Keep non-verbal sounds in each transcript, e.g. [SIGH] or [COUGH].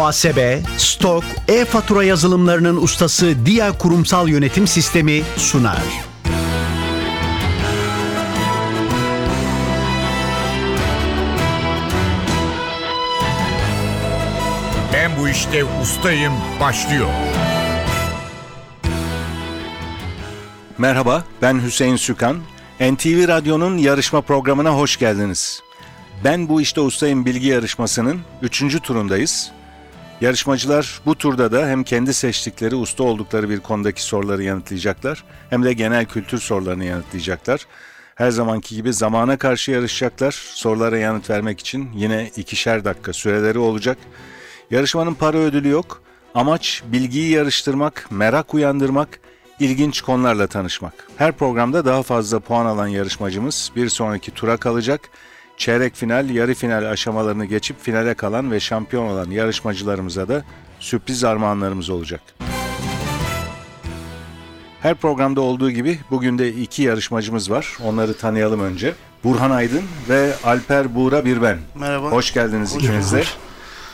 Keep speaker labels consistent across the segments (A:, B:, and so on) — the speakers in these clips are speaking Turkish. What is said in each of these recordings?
A: muhasebe, stok, e-fatura yazılımlarının ustası Dia Kurumsal Yönetim Sistemi sunar.
B: Ben bu işte ustayım başlıyor.
C: Merhaba, ben Hüseyin Sükan. NTV Radyo'nun yarışma programına hoş geldiniz. Ben Bu İşte Ustayım bilgi yarışmasının 3. turundayız. Yarışmacılar bu turda da hem kendi seçtikleri usta oldukları bir konudaki soruları yanıtlayacaklar hem de genel kültür sorularını yanıtlayacaklar. Her zamanki gibi zamana karşı yarışacaklar. Sorulara yanıt vermek için yine ikişer dakika süreleri olacak. Yarışmanın para ödülü yok. Amaç bilgiyi yarıştırmak, merak uyandırmak, ilginç konularla tanışmak. Her programda daha fazla puan alan yarışmacımız bir sonraki tura kalacak. Çeyrek final, yarı final aşamalarını geçip finale kalan ve şampiyon olan yarışmacılarımıza da sürpriz armağanlarımız olacak. Her programda olduğu gibi bugün de iki yarışmacımız var. Onları tanıyalım önce. Burhan Aydın ve Alper Buğra Birben.
D: Merhaba.
C: Hoş geldiniz ikiniz de.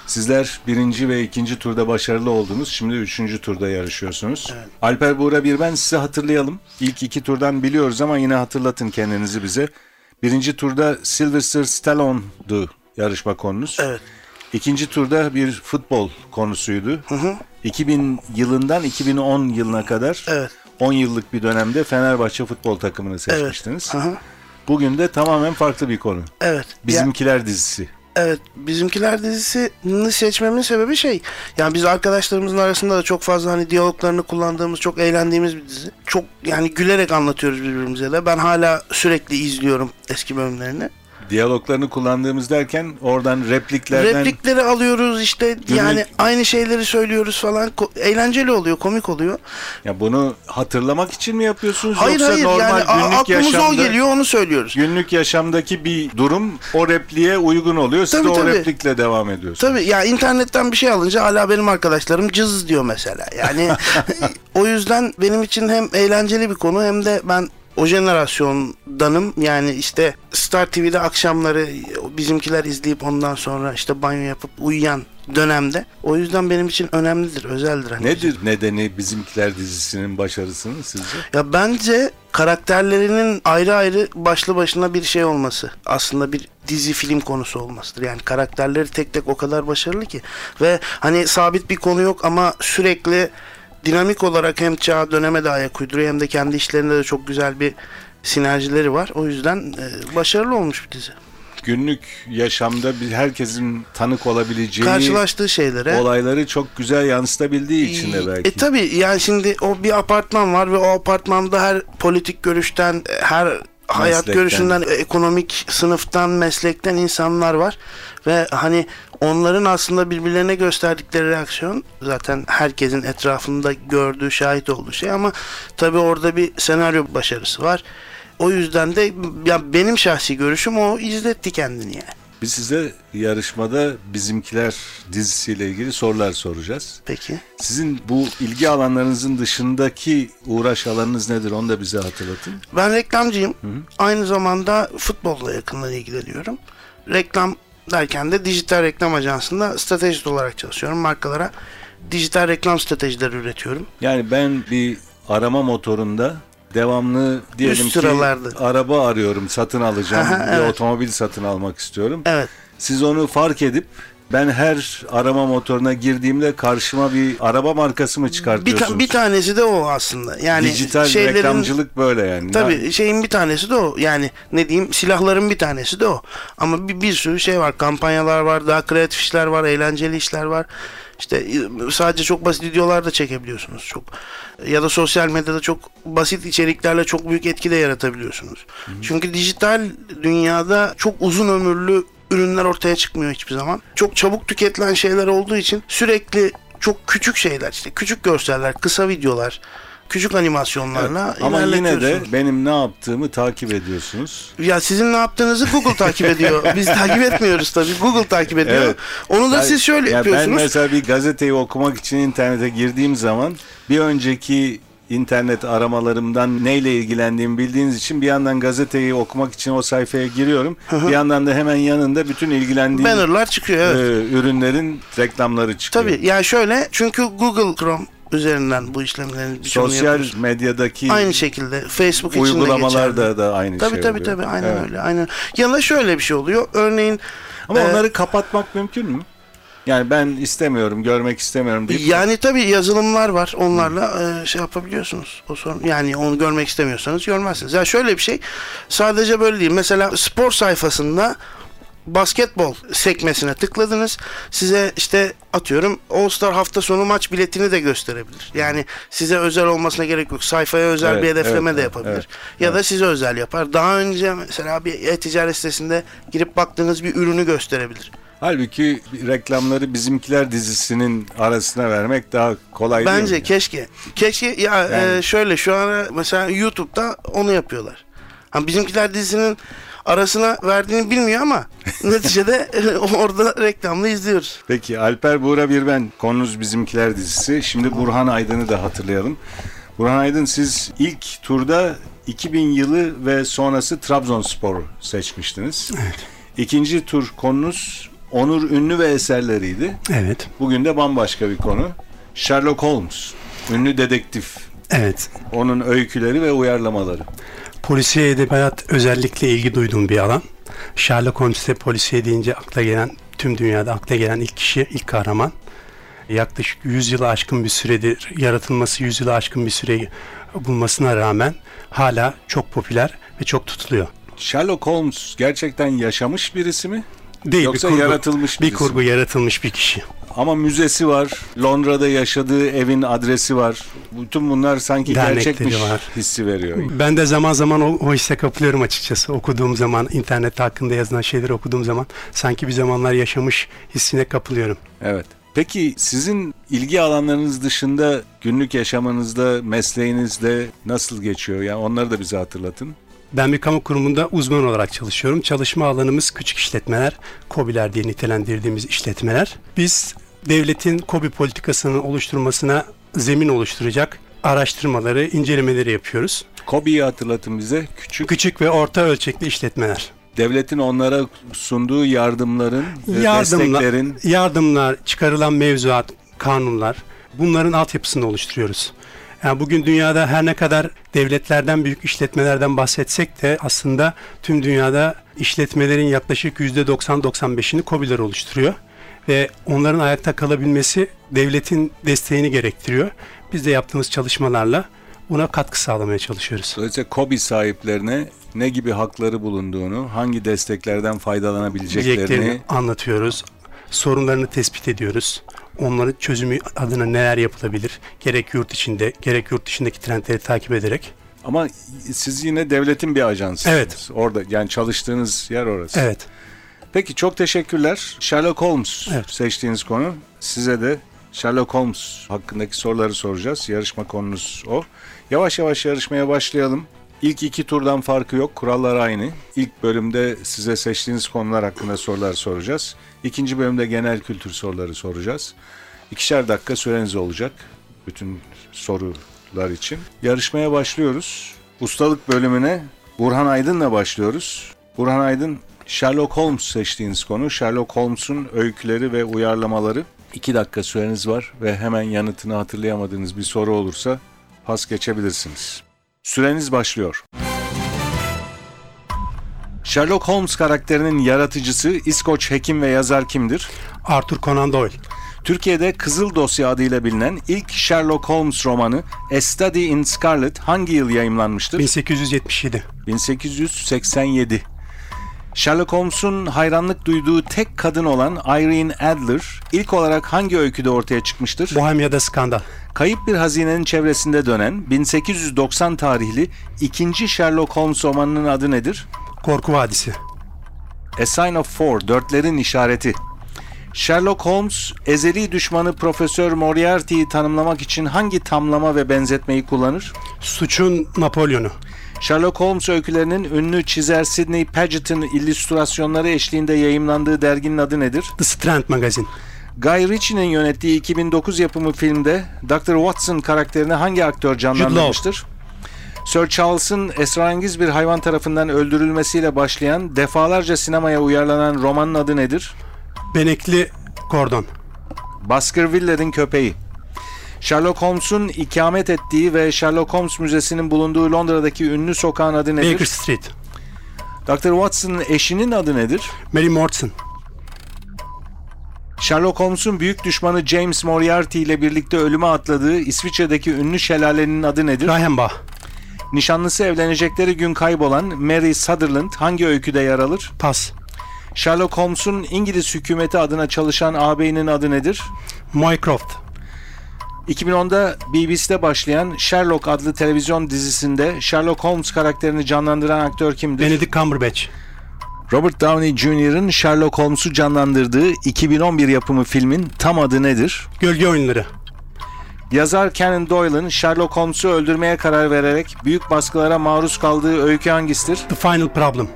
C: Sizler birinci ve ikinci turda başarılı oldunuz. Şimdi üçüncü turda yarışıyorsunuz. Alper Buğra Birben sizi hatırlayalım. İlk iki turdan biliyoruz ama yine hatırlatın kendinizi bize. Birinci turda Sylvester Stallone'du yarışma konunuz.
D: Evet.
C: İkinci turda bir futbol konusuydu. 2000 yılından 2010 yılına kadar
D: Evet.
C: 10 yıllık bir dönemde Fenerbahçe futbol takımını seçmiştiniz.
D: Aha.
C: Bugün de tamamen farklı bir konu.
D: Evet. Ya-
C: Bizimkiler dizisi.
D: evet. Bizimkiler dizisini seçmemin sebebi şey. Yani biz arkadaşlarımızın arasında da çok fazla hani diyaloglarını kullandığımız, çok eğlendiğimiz bir dizi. Çok yani gülerek anlatıyoruz birbirimize de. Ben hala sürekli izliyorum eski bölümlerini.
C: Diyaloglarını kullandığımız derken oradan repliklerden
D: Replikleri alıyoruz işte yani aynı şeyleri söylüyoruz falan. Ko- eğlenceli oluyor, komik oluyor.
C: ya bunu hatırlamak için mi yapıyorsunuz
D: Hayır
C: yoksa
D: hayır
C: normal
D: yani a-
C: günlük
D: aklımıza
C: yaşamda
D: o geliyor onu söylüyoruz.
C: günlük yaşamdaki bir durum o repliğe uygun oluyor. Siz
D: Tabii,
C: de o
D: tabii.
C: replikle devam ediyorsunuz.
D: Tabii ya internetten bir şey alınca hala benim arkadaşlarım cız diyor mesela. Yani o yüzden benim için hem eğlenceli bir konu hem de ben o jenerasyondanım. Yani işte Star TV'de akşamları bizimkiler izleyip ondan sonra işte banyo yapıp uyuyan dönemde. O yüzden benim için önemlidir, özeldir. Hani
C: Nedir nedeni bizimkiler dizisinin başarısının sizce?
D: Ya bence karakterlerinin ayrı ayrı başlı başına bir şey olması. Aslında bir dizi film konusu olmasıdır. Yani karakterleri tek tek o kadar başarılı ki. Ve hani sabit bir konu yok ama sürekli dinamik olarak hem çağ döneme de ayak uyduruyor hem de kendi işlerinde de çok güzel bir sinerjileri var. O yüzden e, başarılı olmuş bir dizi.
C: Günlük yaşamda bir herkesin tanık olabileceği
D: Karşılaştığı şeylere.
C: olayları çok güzel yansıtabildiği için de belki.
D: E tabi yani şimdi o bir apartman var ve o apartmanda her politik görüşten, e, her hayat
C: Meslekten.
D: görüşünden, e, ekonomik sınıftan, meslekten insanlar var. Ve hani onların aslında birbirlerine gösterdikleri reaksiyon zaten herkesin etrafında gördüğü, şahit olduğu şey ama tabi orada bir senaryo başarısı var. O yüzden de ya benim şahsi görüşüm o izletti kendini yani.
C: Biz size yarışmada bizimkiler dizisiyle ilgili sorular soracağız.
D: Peki.
C: Sizin bu ilgi alanlarınızın dışındaki uğraş alanınız nedir? Onu da bize hatırlatın.
D: Ben reklamcıyım. Aynı zamanda futbolla yakından ilgileniyorum. Reklam derken de dijital reklam ajansında stratejist olarak çalışıyorum. Markalara dijital reklam stratejileri üretiyorum.
C: Yani ben bir arama motorunda devamlı diyelim
D: Üst
C: ki
D: sıralarda.
C: araba arıyorum, satın alacağım,
D: Aha,
C: bir
D: evet.
C: otomobil satın almak istiyorum.
D: Evet.
C: Siz onu fark edip ben her arama motoruna girdiğimde karşıma bir araba markası mı
D: Bir,
C: çıkartıyorsunuz?
D: ta- bir tanesi de o aslında. Yani
C: Dijital
D: şeylerin-
C: reklamcılık böyle yani.
D: Tabii şeyin bir tanesi de o. Yani ne diyeyim silahların bir tanesi de o. Ama bir, bir sürü şey var. Kampanyalar var, daha kreatif işler var, eğlenceli işler var. İşte e, sadece çok basit videolar da çekebiliyorsunuz çok. Ya da sosyal medyada çok basit içeriklerle çok büyük etki de yaratabiliyorsunuz. Çünkü dijital dünyada çok uzun ömürlü ürünler ortaya çıkmıyor hiçbir zaman. Çok çabuk tüketilen şeyler olduğu için sürekli çok küçük şeyler işte küçük görseller, kısa videolar, küçük animasyonlarla
C: Ama yine de
D: ilerletiyorsunuz.
C: benim ne yaptığımı takip ediyorsunuz.
D: Ya sizin ne yaptığınızı Google
C: [LAUGHS]
D: takip ediyor. Biz takip etmiyoruz tabii. Google takip ediyor.
C: Evet.
D: Onu da
C: Yani-
D: siz şöyle
C: ya Ben
D: yapıyorsunuz.
C: mesela bir gazeteyi okumak için internete girdiğim zaman bir önceki internet aramalarımdan neyle ilgilendiğimi bildiğiniz için bir yandan gazeteyi okumak için o sayfaya giriyorum. bir yandan da hemen yanında bütün ilgilendiğim
D: Bannerlar çıkıyor evet.
C: e, ürünlerin reklamları çıkıyor.
D: Tabii yani şöyle çünkü Google Chrome üzerinden bu işlemlerin birçoğunu
C: Sosyal
D: yapıyoruz.
C: medyadaki
D: Aynı şekilde Facebook için de geçerli.
C: uygulamalarda da aynı
D: Tabii
C: şey
D: tabii
C: oluyor.
D: tabii aynen
C: Evet.
D: öyle. Aynen. Yanında şöyle bir şey oluyor. Örneğin
C: Ama
D: e,
C: onları kapatmak mümkün mü? Yani ben istemiyorum, görmek istemiyorum deyip
D: yani tabii yazılımlar var. Onlarla e, şey yapabiliyorsunuz. O sorun yani onu görmek istemiyorsanız görmezsiniz. Ya şöyle bir şey. Sadece böyle değil. Mesela spor sayfasında basketbol sekmesine tıkladınız. Size işte atıyorum All Star hafta sonu maç biletini de gösterebilir. Yani size özel olmasına gerek yok. Sayfaya özel
C: Evet,
D: bir hedefleme
C: evet, evet,
D: de yapabilir.
C: evet,
D: ya da size özel yapar. Daha önce mesela bir e-ticaret sitesinde girip baktığınız bir ürünü gösterebilir.
C: Halbuki reklamları bizimkiler dizisinin arasına vermek daha kolay değil
D: Bence
C: mi?
D: keşke. Keşke ya
C: Yani-
D: e, şöyle şu an mesela YouTube'da onu yapıyorlar. Hani bizimkiler dizinin arasına verdiğini bilmiyor
C: [LAUGHS]
D: ama neticede e, orada reklamla izliyoruz.
C: Peki Alper Buğra bir ben. Konumuz bizimkiler dizisi. Şimdi Burhan Aydın'ı da hatırlayalım. Burhan Aydın siz ilk turda 2000 yılı ve sonrası Trabzonspor seçmiştiniz. Evet. İkinci tur konunuz Onur Ünlü ve eserleriydi.
E: Evet,
C: Bugün de bambaşka bir konu. Sherlock Holmes, ünlü dedektif.
E: evet.
C: Onun öyküleri ve uyarlamaları.
E: Polisiye edebiyat özellikle ilgi duyduğum bir alan. Sherlock Holmes de polisiye deyince akla gelen, tüm dünyada akla gelen ilk kişi, ilk kahraman. Yaklaşık 100 yılı aşkın bir süredir, yaratılması 100 yılı aşkın bir süreyi bulmasına rağmen hala çok popüler ve çok tutuluyor.
C: Sherlock Holmes gerçekten yaşamış birisi mi?
E: Değil
C: Yoksa
E: bir kurgu,
C: yaratılmış
E: bir
C: birisi
E: kurgu yaratılmış bir kişi.
C: Ama müzesi var. Londra'da yaşadığı evin adresi var. Bütün bunlar sanki
E: Dernekleri
C: gerçekmiş
E: var.
C: hissi veriyor.
E: Ben de zaman zaman o, o hisse kapılıyorum açıkçası. Okuduğum zaman, internet hakkında yazılan şeyleri okuduğum zaman sanki bir zamanlar yaşamış hissine kapılıyorum.
C: Evet. Peki sizin ilgi alanlarınız dışında günlük yaşamınızda, mesleğinizde nasıl geçiyor? Yani onları da bize hatırlatın.
E: Ben bir kamu kurumunda uzman olarak çalışıyorum. Çalışma alanımız küçük işletmeler, KOBİ'ler diye nitelendirdiğimiz işletmeler. Biz devletin KOBİ politikasının oluşturmasına zemin oluşturacak araştırmaları, incelemeleri yapıyoruz.
C: Kobi'yi hatırlatın bize. Küçük
E: Küçük ve orta ölçekli işletmeler.
C: devletin onlara sunduğu yardımların, e, desteklerin
E: yardımlar, çıkarılan mevzuat, kanunlar bunların altyapısını oluşturuyoruz. Yani bugün dünyada her ne kadar devletlerden büyük işletmelerden bahsetsek de aslında tüm dünyada işletmelerin yaklaşık %90-95'ini KOBİ'ler oluşturuyor. Ve onların ayakta kalabilmesi devletin desteğini gerektiriyor. Biz de yaptığımız çalışmalarla buna katkı sağlamaya çalışıyoruz.
C: Dolayısıyla KOBİ sahiplerine ne gibi hakları bulunduğunu, hangi desteklerden faydalanabileceklerini
E: Diyeceklerini anlatıyoruz. Sorunlarını tespit ediyoruz. Onların çözümü adına neler yapılabilir? Gerek yurt içinde, gerek yurt dışındaki trendleri takip ederek.
C: ama siz yine devletin bir ajansısınız.
E: Evet.
C: Orada yani çalıştığınız yer orası.
E: Evet.
C: Peki çok teşekkürler. Sherlock Holmes
E: Evet.
C: seçtiğiniz konu. Size de Sherlock Holmes hakkındaki soruları soracağız. Yarışma konunuz o. Yavaş yavaş yarışmaya başlayalım. İlk iki turdan farkı yok. Kurallar aynı. İlk bölümde size seçtiğiniz konular hakkında sorular soracağız. İkinci bölümde genel kültür soruları soracağız. İkişer dakika süreniz olacak. Bütün sorular için. Yarışmaya başlıyoruz. Ustalık bölümüne Burhan Aydın'la başlıyoruz. Burhan Aydın, Sherlock Holmes seçtiğiniz konu. Sherlock Holmes'un öyküleri ve uyarlamaları. İki dakika süreniz var ve hemen yanıtını hatırlayamadığınız bir soru olursa pas geçebilirsiniz. Süreniz başlıyor. Sherlock Holmes karakterinin yaratıcısı İskoç hekim ve yazar kimdir?
E: Arthur Conan Doyle.
C: Türkiye'de Kızıl Dosya adıyla bilinen ilk Sherlock Holmes romanı A Study in Scarlet hangi yıl yayımlanmıştır?
E: 1877.
C: 1887. Sherlock Holmes'un hayranlık duyduğu tek kadın olan Irene Adler ilk olarak hangi öyküde ortaya çıkmıştır?
E: Bohemia'da skandal.
C: Kayıp bir hazinenin çevresinde dönen 1890 tarihli ikinci Sherlock Holmes romanının adı nedir?
E: Korku Vadisi.
C: A Sign of Four, dörtlerin işareti. Sherlock Holmes, ezeli düşmanı Profesör Moriarty'yi tanımlamak için hangi tamlama ve benzetmeyi kullanır?
E: Suçun Napolyon'u.
C: Sherlock Holmes öykülerinin ünlü çizer Sidney Paget'in illüstrasyonları eşliğinde yayımlandığı derginin adı nedir?
E: The Strand Magazine.
C: Guy Ritchie'nin yönettiği 2009 yapımı filmde Dr. Watson karakterini hangi aktör canlandırmıştır? Sir Charles'ın esrarengiz bir hayvan tarafından öldürülmesiyle başlayan defalarca sinemaya uyarlanan romanın adı nedir?
E: Benekli Gordon.
C: Baskerville'lerin köpeği. Sherlock Holmes'un ikamet ettiği ve Sherlock Holmes Müzesi'nin bulunduğu Londra'daki ünlü sokağın adı nedir?
E: Baker Street.
C: Dr. Watson'ın eşinin adı nedir?
E: Mary Morton.
C: Sherlock Holmes'un büyük düşmanı James Moriarty ile birlikte ölüme atladığı İsviçre'deki ünlü şelalenin adı nedir?
E: Reichenbach.
C: Nişanlısı evlenecekleri gün kaybolan Mary Sutherland hangi öyküde yer alır?
E: Pas.
C: Sherlock Holmes'un İngiliz hükümeti adına çalışan ağabeyinin adı nedir?
E: Moycroft.
C: 2010'da BBC'de başlayan Sherlock adlı televizyon dizisinde Sherlock Holmes karakterini canlandıran aktör kimdir?
E: Benedict Cumberbatch.
C: Robert Downey Jr.'ın Sherlock Holmes'u canlandırdığı 2011 yapımı filmin tam adı nedir?
E: Gölge Oyunları.
C: Yazar Conan Doyle'ın Sherlock Holmes'u öldürmeye karar vererek büyük baskılara maruz kaldığı öykü hangisidir?
E: The Final Problem.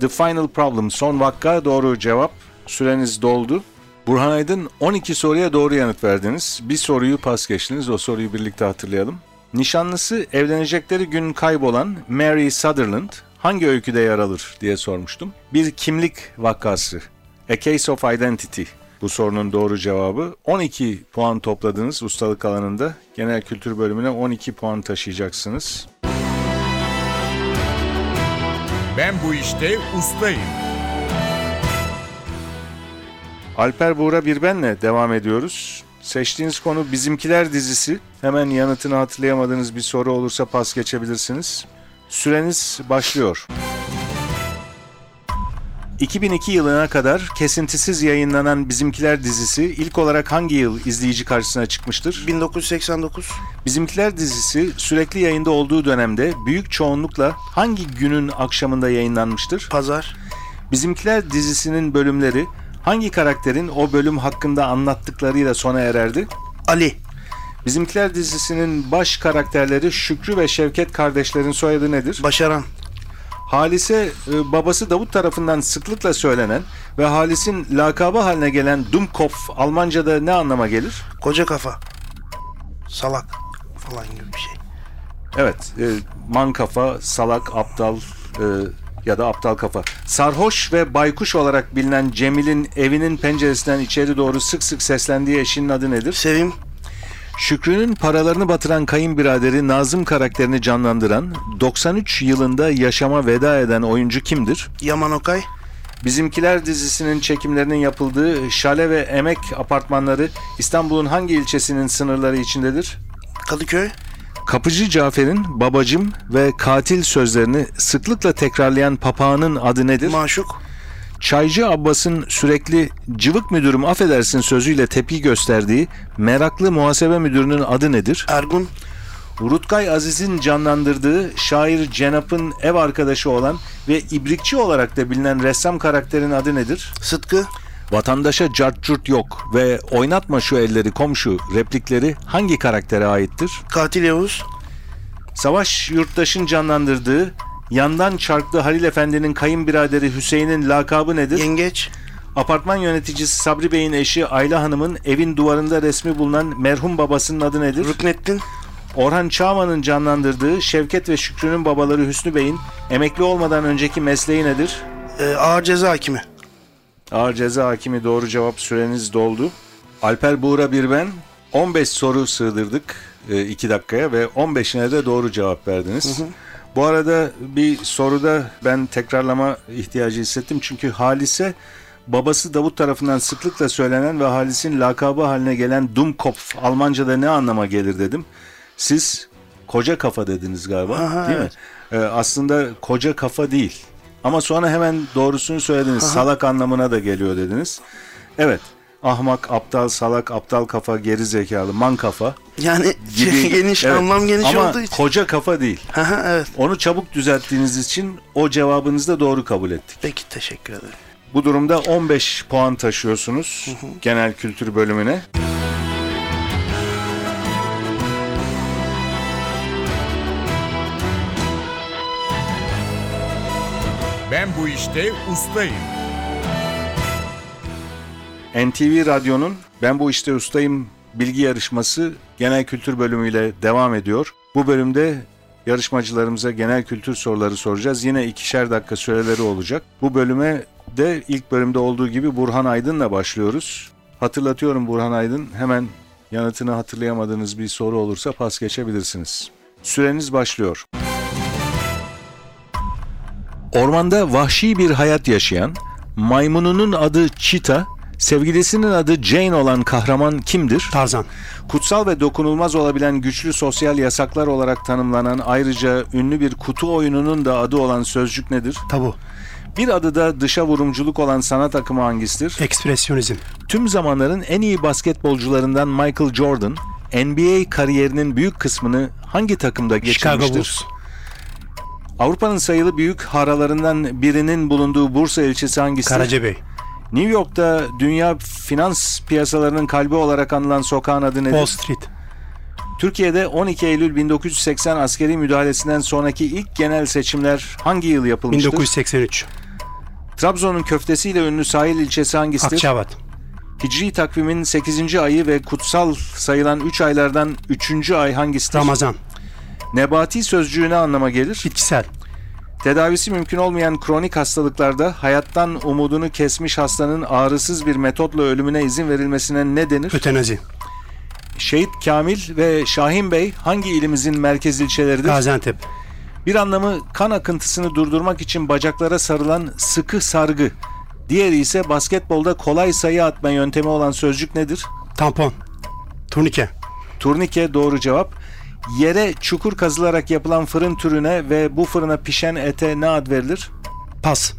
C: The Final Problem son vakka doğru cevap. Süreniz doldu. Burhan Aydın 12 soruya doğru yanıt verdiniz. Bir soruyu pas geçtiniz. O soruyu birlikte hatırlayalım. Nişanlısı evlenecekleri gün kaybolan Mary Sutherland hangi öyküde yer alır diye sormuştum. Bir kimlik vakası. A Case of Identity. Bu sorunun doğru cevabı. 12 puan topladınız ustalık alanında. Genel kültür bölümüne 12 puan taşıyacaksınız.
B: Ben bu işte ustayım.
C: Alper Buğra Birben'le devam ediyoruz. Seçtiğiniz konu Bizimkiler dizisi. Hemen yanıtını hatırlayamadığınız bir soru olursa pas geçebilirsiniz. Süreniz başlıyor. 2002 yılına kadar kesintisiz yayınlanan Bizimkiler dizisi ilk olarak hangi yıl izleyici karşısına çıkmıştır?
D: 1989
C: Bizimkiler dizisi sürekli yayında olduğu dönemde büyük çoğunlukla hangi günün akşamında yayınlanmıştır?
D: pazar
C: Bizimkiler dizisinin bölümleri hangi karakterin o bölüm hakkında anlattıklarıyla sona ererdi?
D: Ali
C: Bizimkiler dizisinin baş karakterleri Şükrü ve Şevket kardeşlerin soyadı nedir?
D: başaran
C: Halis'e e, babası Davut tarafından sıklıkla söylenen ve Halis'in lakabı haline gelen Dummkopf Almanca'da ne anlama gelir?
D: koca kafa salak falan gibi bir şey.
C: Evet, e, man kafa, salak, aptal e, ya da aptal kafa. Sarhoş ve baykuş olarak bilinen Cemil'in evinin penceresinden içeri doğru sık sık seslendiği eşinin adı nedir?
D: Sevim
C: Şükrü'nün paralarını batıran kayınbiraderi Nazım karakterini canlandıran 93 yılında yaşama veda eden oyuncu kimdir?
D: Yaman Okay
C: Bizimkiler dizisinin çekimlerinin yapıldığı şale ve emek apartmanları İstanbul'un hangi ilçesinin sınırları içindedir?
D: Kadıköy
C: Kapıcı Cafer'in babacım ve katil sözlerini sıklıkla tekrarlayan papağanın adı nedir?
D: Maşuk
C: Çaycı Abbas'ın sürekli cıvık müdürüm affedersin sözüyle tepki gösterdiği meraklı muhasebe müdürünün adı nedir?
D: Ergun
C: Rutkay Aziz'in canlandırdığı şair Cenap'ın ev arkadaşı olan ve ibrikçi olarak da bilinen ressam karakterin adı nedir?
D: Sıtkı
C: Vatandaşa cart curt yok ve oynatma şu elleri komşu replikleri hangi karaktere aittir?
D: Katil Yavuz
C: Savaş Yurttaş'ın canlandırdığı yandan çarklı Halil Efendi'nin kayınbiraderi Hüseyin'in lakabı nedir?
D: Yengeç
C: Apartman yöneticisi Sabri Bey'in eşi Ayla Hanım'ın evin duvarında resmi bulunan merhum babasının adı nedir?
D: Rüknettin
C: Orhan Çağman'ın canlandırdığı Şevket ve Şükrü'nün babaları Hüsnü Bey'in emekli olmadan önceki mesleği nedir?
D: e, Ağır Ceza Hakimi
C: Ağır ceza hakimi doğru cevap süreniz doldu. Alper Buğra bir ben 15 soru sığdırdık 2 dakikaya ve 15'ine de doğru cevap verdiniz. Bu arada bir soruda ben tekrarlama ihtiyacı hissettim. Çünkü Halis'e babası Davut tarafından sıklıkla söylenen ve Halis'in lakabı haline gelen Dummkopf Almanca'da ne anlama gelir dedim. Siz koca kafa dediniz galiba
D: Aha,
C: değil
D: evet.
C: mi? Ee, aslında koca kafa değil. Ama sonra hemen doğrusunu söylediniz. Salak anlamına da geliyor dediniz. Evet. Ahmak, aptal, salak, aptal kafa, geri zekalı, man kafa
D: Yani
C: gibi.
D: [LAUGHS] geniş
C: Evet.
D: anlam geniş
C: Ama
D: olduğu için.
C: koca kafa değil.
D: Aha, evet.
C: Onu çabuk düzelttiğiniz için o cevabınızı da doğru kabul ettik.
D: Peki teşekkür ederim.
C: Bu durumda 15 puan taşıyorsunuz genel kültür bölümüne.
B: Ben bu işte ustayım.
C: NTV Radyo'nun Ben Bu İşte Ustayım bilgi yarışması genel kültür bölümüyle devam ediyor. Bu bölümde yarışmacılarımıza genel kültür soruları soracağız. Yine ikişer dakika süreleri olacak. Bu bölüme de ilk bölümde olduğu gibi Burhan Aydın'la başlıyoruz. Hatırlatıyorum Burhan Aydın hemen yanıtını hatırlayamadığınız bir soru olursa pas geçebilirsiniz. Süreniz başlıyor. Ormanda vahşi bir hayat yaşayan, maymununun adı Çita, sevgilisinin adı Jane olan kahraman kimdir?
E: Tarzan.
C: Kutsal ve dokunulmaz olabilen güçlü sosyal yasaklar olarak tanımlanan ayrıca ünlü bir kutu oyununun da adı olan sözcük nedir?
E: Tabu.
C: Bir adı da dışa vurumculuk olan sanat akımı hangisidir? E,
E: Ekspresyonizm.
C: Tüm zamanların en iyi basketbolcularından Michael Jordan, NBA kariyerinin büyük kısmını hangi takımda
E: Chicago
C: geçirmiştir?
E: Bulls.
C: Avrupa'nın sayılı büyük haralarından birinin bulunduğu Bursa ilçesi hangisidir?
E: Karacabey.
C: New York'ta dünya finans piyasalarının kalbi olarak anılan sokağın adı nedir?
E: Wall Street.
C: Türkiye'de 12 Eylül 1980 askeri müdahalesinden sonraki ilk genel seçimler hangi yıl yapılmıştır?
E: 1983.
C: Trabzon'un köftesiyle ünlü sahil ilçesi hangisidir?
E: Akçabat.
C: Hicri takvimin 8. ayı ve kutsal sayılan 3 aylardan 3. ay hangisidir?
E: Ramazan.
C: Nebati sözcüğü ne anlama gelir?
E: Bitkisel.
C: Tedavisi mümkün olmayan kronik hastalıklarda hayattan umudunu kesmiş hastanın ağrısız bir metotla ölümüne izin verilmesine ne denir?
E: Ötenazi.
C: Şehit Kamil ve Şahin Bey hangi ilimizin merkez ilçeleridir?
E: Gaziantep.
C: Bir anlamı kan akıntısını durdurmak için bacaklara sarılan sıkı sargı. Diğeri ise basketbolda kolay sayı atma yöntemi olan sözcük nedir?
E: Tampon. Turnike.
C: Turnike doğru cevap. Yere çukur kazılarak yapılan fırın türüne ve bu fırına pişen ete ne ad verilir?
E: Pas.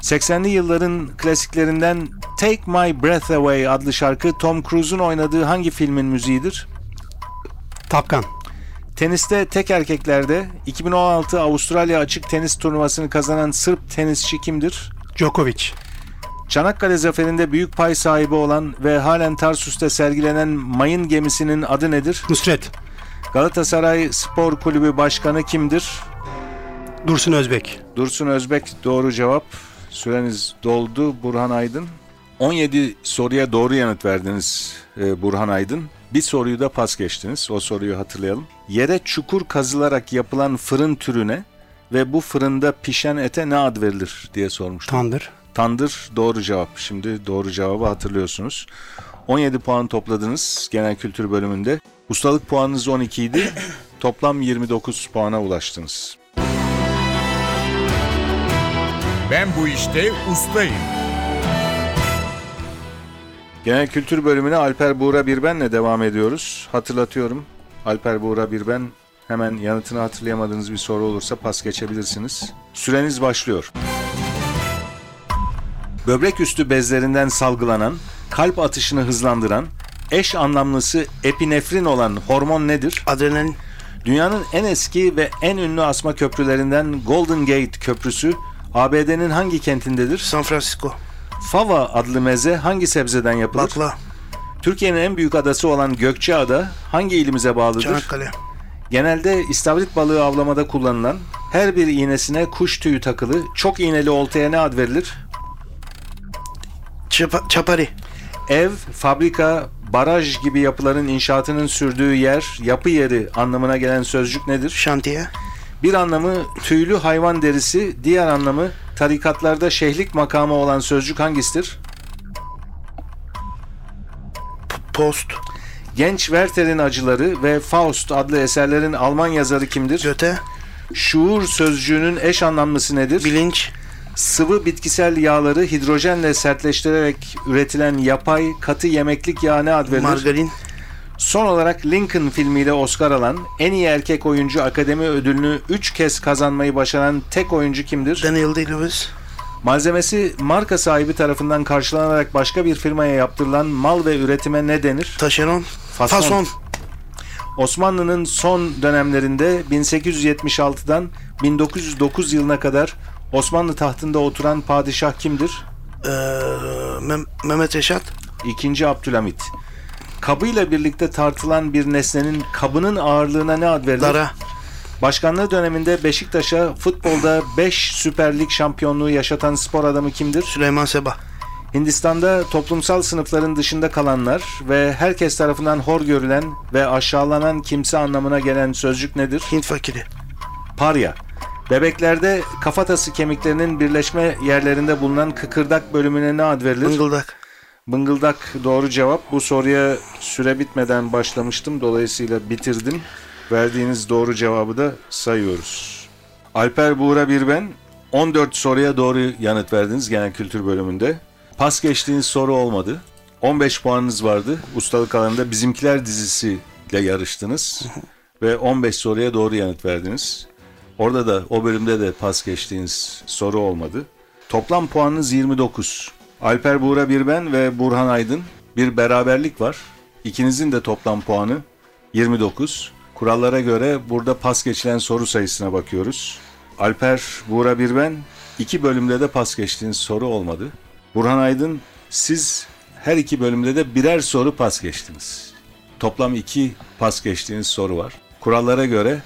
C: 80'li yılların klasiklerinden Take My Breath Away adlı şarkı Tom Cruise'un oynadığı hangi filmin müziğidir?
E: Tapkan.
C: Teniste tek erkeklerde 2016 Avustralya Açık Tenis Turnuvası'nı kazanan Sırp tenisçi kimdir?
E: Djokovic.
C: Çanakkale zaferinde büyük pay sahibi olan ve halen Tarsus'ta sergilenen mayın gemisinin adı nedir?
E: Nusret.
C: Galatasaray Spor Kulübü Başkanı kimdir?
E: Dursun Özbek.
C: Dursun Özbek doğru cevap. Süreniz doldu Burhan Aydın. 17 soruya doğru yanıt verdiniz e, Burhan Aydın. Bir soruyu da pas geçtiniz. O soruyu hatırlayalım. Yere çukur kazılarak yapılan fırın türüne ve bu fırında pişen ete ne ad verilir diye sormuştum.
E: Tandır.
C: Tandır doğru cevap. Şimdi doğru cevabı hatırlıyorsunuz. 17 puan topladınız genel kültür bölümünde. Ustalık puanınız 12 idi. Toplam 29 puana ulaştınız.
B: Ben bu işte ustayım.
C: Genel Kültür bölümüne Alper Buğra Birben'le devam ediyoruz. Hatırlatıyorum. Alper Buğra Birben hemen yanıtını hatırlayamadığınız bir soru olursa pas geçebilirsiniz. Süreniz başlıyor. Böbrek üstü bezlerinden salgılanan, kalp atışını hızlandıran, eş anlamlısı epinefrin olan hormon nedir?
D: Adrenalin.
C: Dünyanın en eski ve en ünlü asma köprülerinden Golden Gate Köprüsü ABD'nin hangi kentindedir?
D: San Francisco.
C: Fava adlı meze hangi sebzeden yapılır?
D: Bakla.
C: Türkiye'nin en büyük adası olan Gökçeada hangi ilimize bağlıdır?
D: Çanakkale.
C: Genelde istavrit balığı avlamada kullanılan her bir iğnesine kuş tüyü takılı çok iğneli oltaya ne ad verilir?
D: Çapa- Çapari.
C: Ev, fabrika, baraj gibi yapıların inşaatının sürdüğü yer, yapı yeri anlamına gelen sözcük nedir?
D: Şantiye.
C: Bir anlamı tüylü hayvan derisi, diğer anlamı tarikatlarda şeyhlik makamı olan sözcük hangisidir?
D: Post.
C: Genç Werther'in acıları ve Faust adlı eserlerin Alman yazarı kimdir?
D: Göte.
C: Şuur sözcüğünün eş anlamlısı nedir?
D: Bilinç.
C: Sıvı bitkisel yağları hidrojenle sertleştirerek üretilen yapay katı yemeklik yağ ne ad verilir?
D: Margarin.
C: Son olarak Lincoln filmiyle Oscar alan en iyi erkek oyuncu akademi ödülünü 3 kez kazanmayı başaran tek oyuncu kimdir?
D: Daniel Day-Lewis.
C: Malzemesi marka sahibi tarafından karşılanarak başka bir firmaya yaptırılan mal ve üretime ne denir?
D: Taşeron.
C: Fason.
D: Fason.
C: Osmanlı'nın son dönemlerinde 1876'dan 1909 yılına kadar Osmanlı tahtında oturan padişah kimdir?
D: Ee, Mem- Mehmet Reşat.
C: İkinci Abdülhamit. Kabıyla birlikte tartılan bir nesnenin kabının ağırlığına ne ad verilir?
D: Dara.
C: Başkanlığı döneminde Beşiktaş'a futbolda 5 Süper Lig şampiyonluğu yaşatan spor adamı kimdir?
D: Süleyman Seba.
C: Hindistan'da toplumsal sınıfların dışında kalanlar ve herkes tarafından hor görülen ve aşağılanan kimse anlamına gelen sözcük nedir?
D: Hint fakiri.
C: Parya. Bebeklerde kafatası kemiklerinin birleşme yerlerinde bulunan kıkırdak bölümüne ne ad verilir?
D: Bıngıldak.
C: Bıngıldak doğru cevap. Bu soruya süre bitmeden başlamıştım. Dolayısıyla bitirdim. Verdiğiniz doğru cevabı da sayıyoruz. Alper Buğra bir ben. 14 soruya doğru yanıt verdiniz genel kültür bölümünde. Pas geçtiğiniz soru olmadı. 15 puanınız vardı. Ustalık alanında Bizimkiler dizisiyle yarıştınız. Ve 15 soruya doğru yanıt verdiniz. Orada da o bölümde de pas geçtiğiniz soru olmadı. Toplam puanınız 29. Alper Buğra bir ben ve Burhan Aydın bir beraberlik var. İkinizin de toplam puanı 29. Kurallara göre burada pas geçilen soru sayısına bakıyoruz. Alper Buğra bir ben iki bölümde de pas geçtiğiniz soru olmadı. Burhan Aydın siz her iki bölümde de birer soru pas geçtiniz. Toplam iki pas geçtiğiniz soru var. Kurallara göre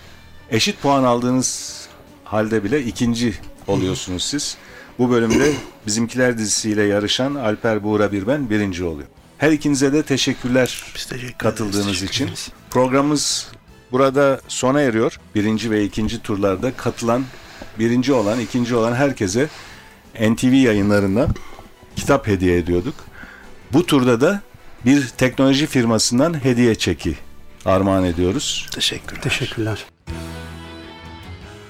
C: eşit puan aldığınız halde bile ikinci oluyorsunuz siz. Bu bölümde bizimkiler dizisiyle yarışan Alper Buğra Birben birinci oluyor. Her ikinize de teşekkürler
D: Biz teşekkür ederiz.
C: katıldığınız
D: Teşekkür
C: için.
D: ederiz.
C: Programımız burada sona eriyor. Birinci ve ikinci turlarda katılan, birinci olan, ikinci olan herkese NTV yayınlarından kitap hediye ediyorduk. Bu turda da bir teknoloji firmasından hediye çeki armağan ediyoruz.
D: Teşekkürler.
E: Teşekkürler.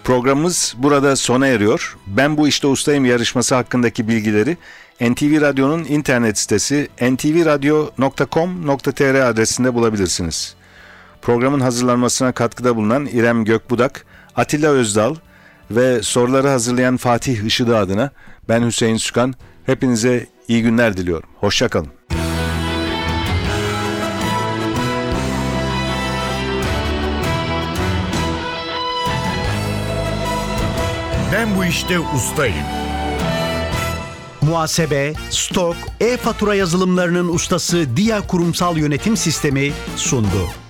C: Programımız burada sona eriyor. Ben bu işte ustayım yarışması hakkındaki bilgileri NTV Radyo'nun internet sitesi ntvradio.com.tr adresinde bulabilirsiniz. Programın hazırlanmasına katkıda bulunan İrem Gökbudak, Atilla Özdal ve soruları hazırlayan Fatih Işıdı adına ben Hüseyin Sükan. Hepinize iyi günler diliyorum. Hoşçakalın.
B: Ben bu işte ustayım.
A: Muhasebe, stok, e-fatura yazılımlarının ustası Dia Kurumsal Yönetim Sistemi sundu.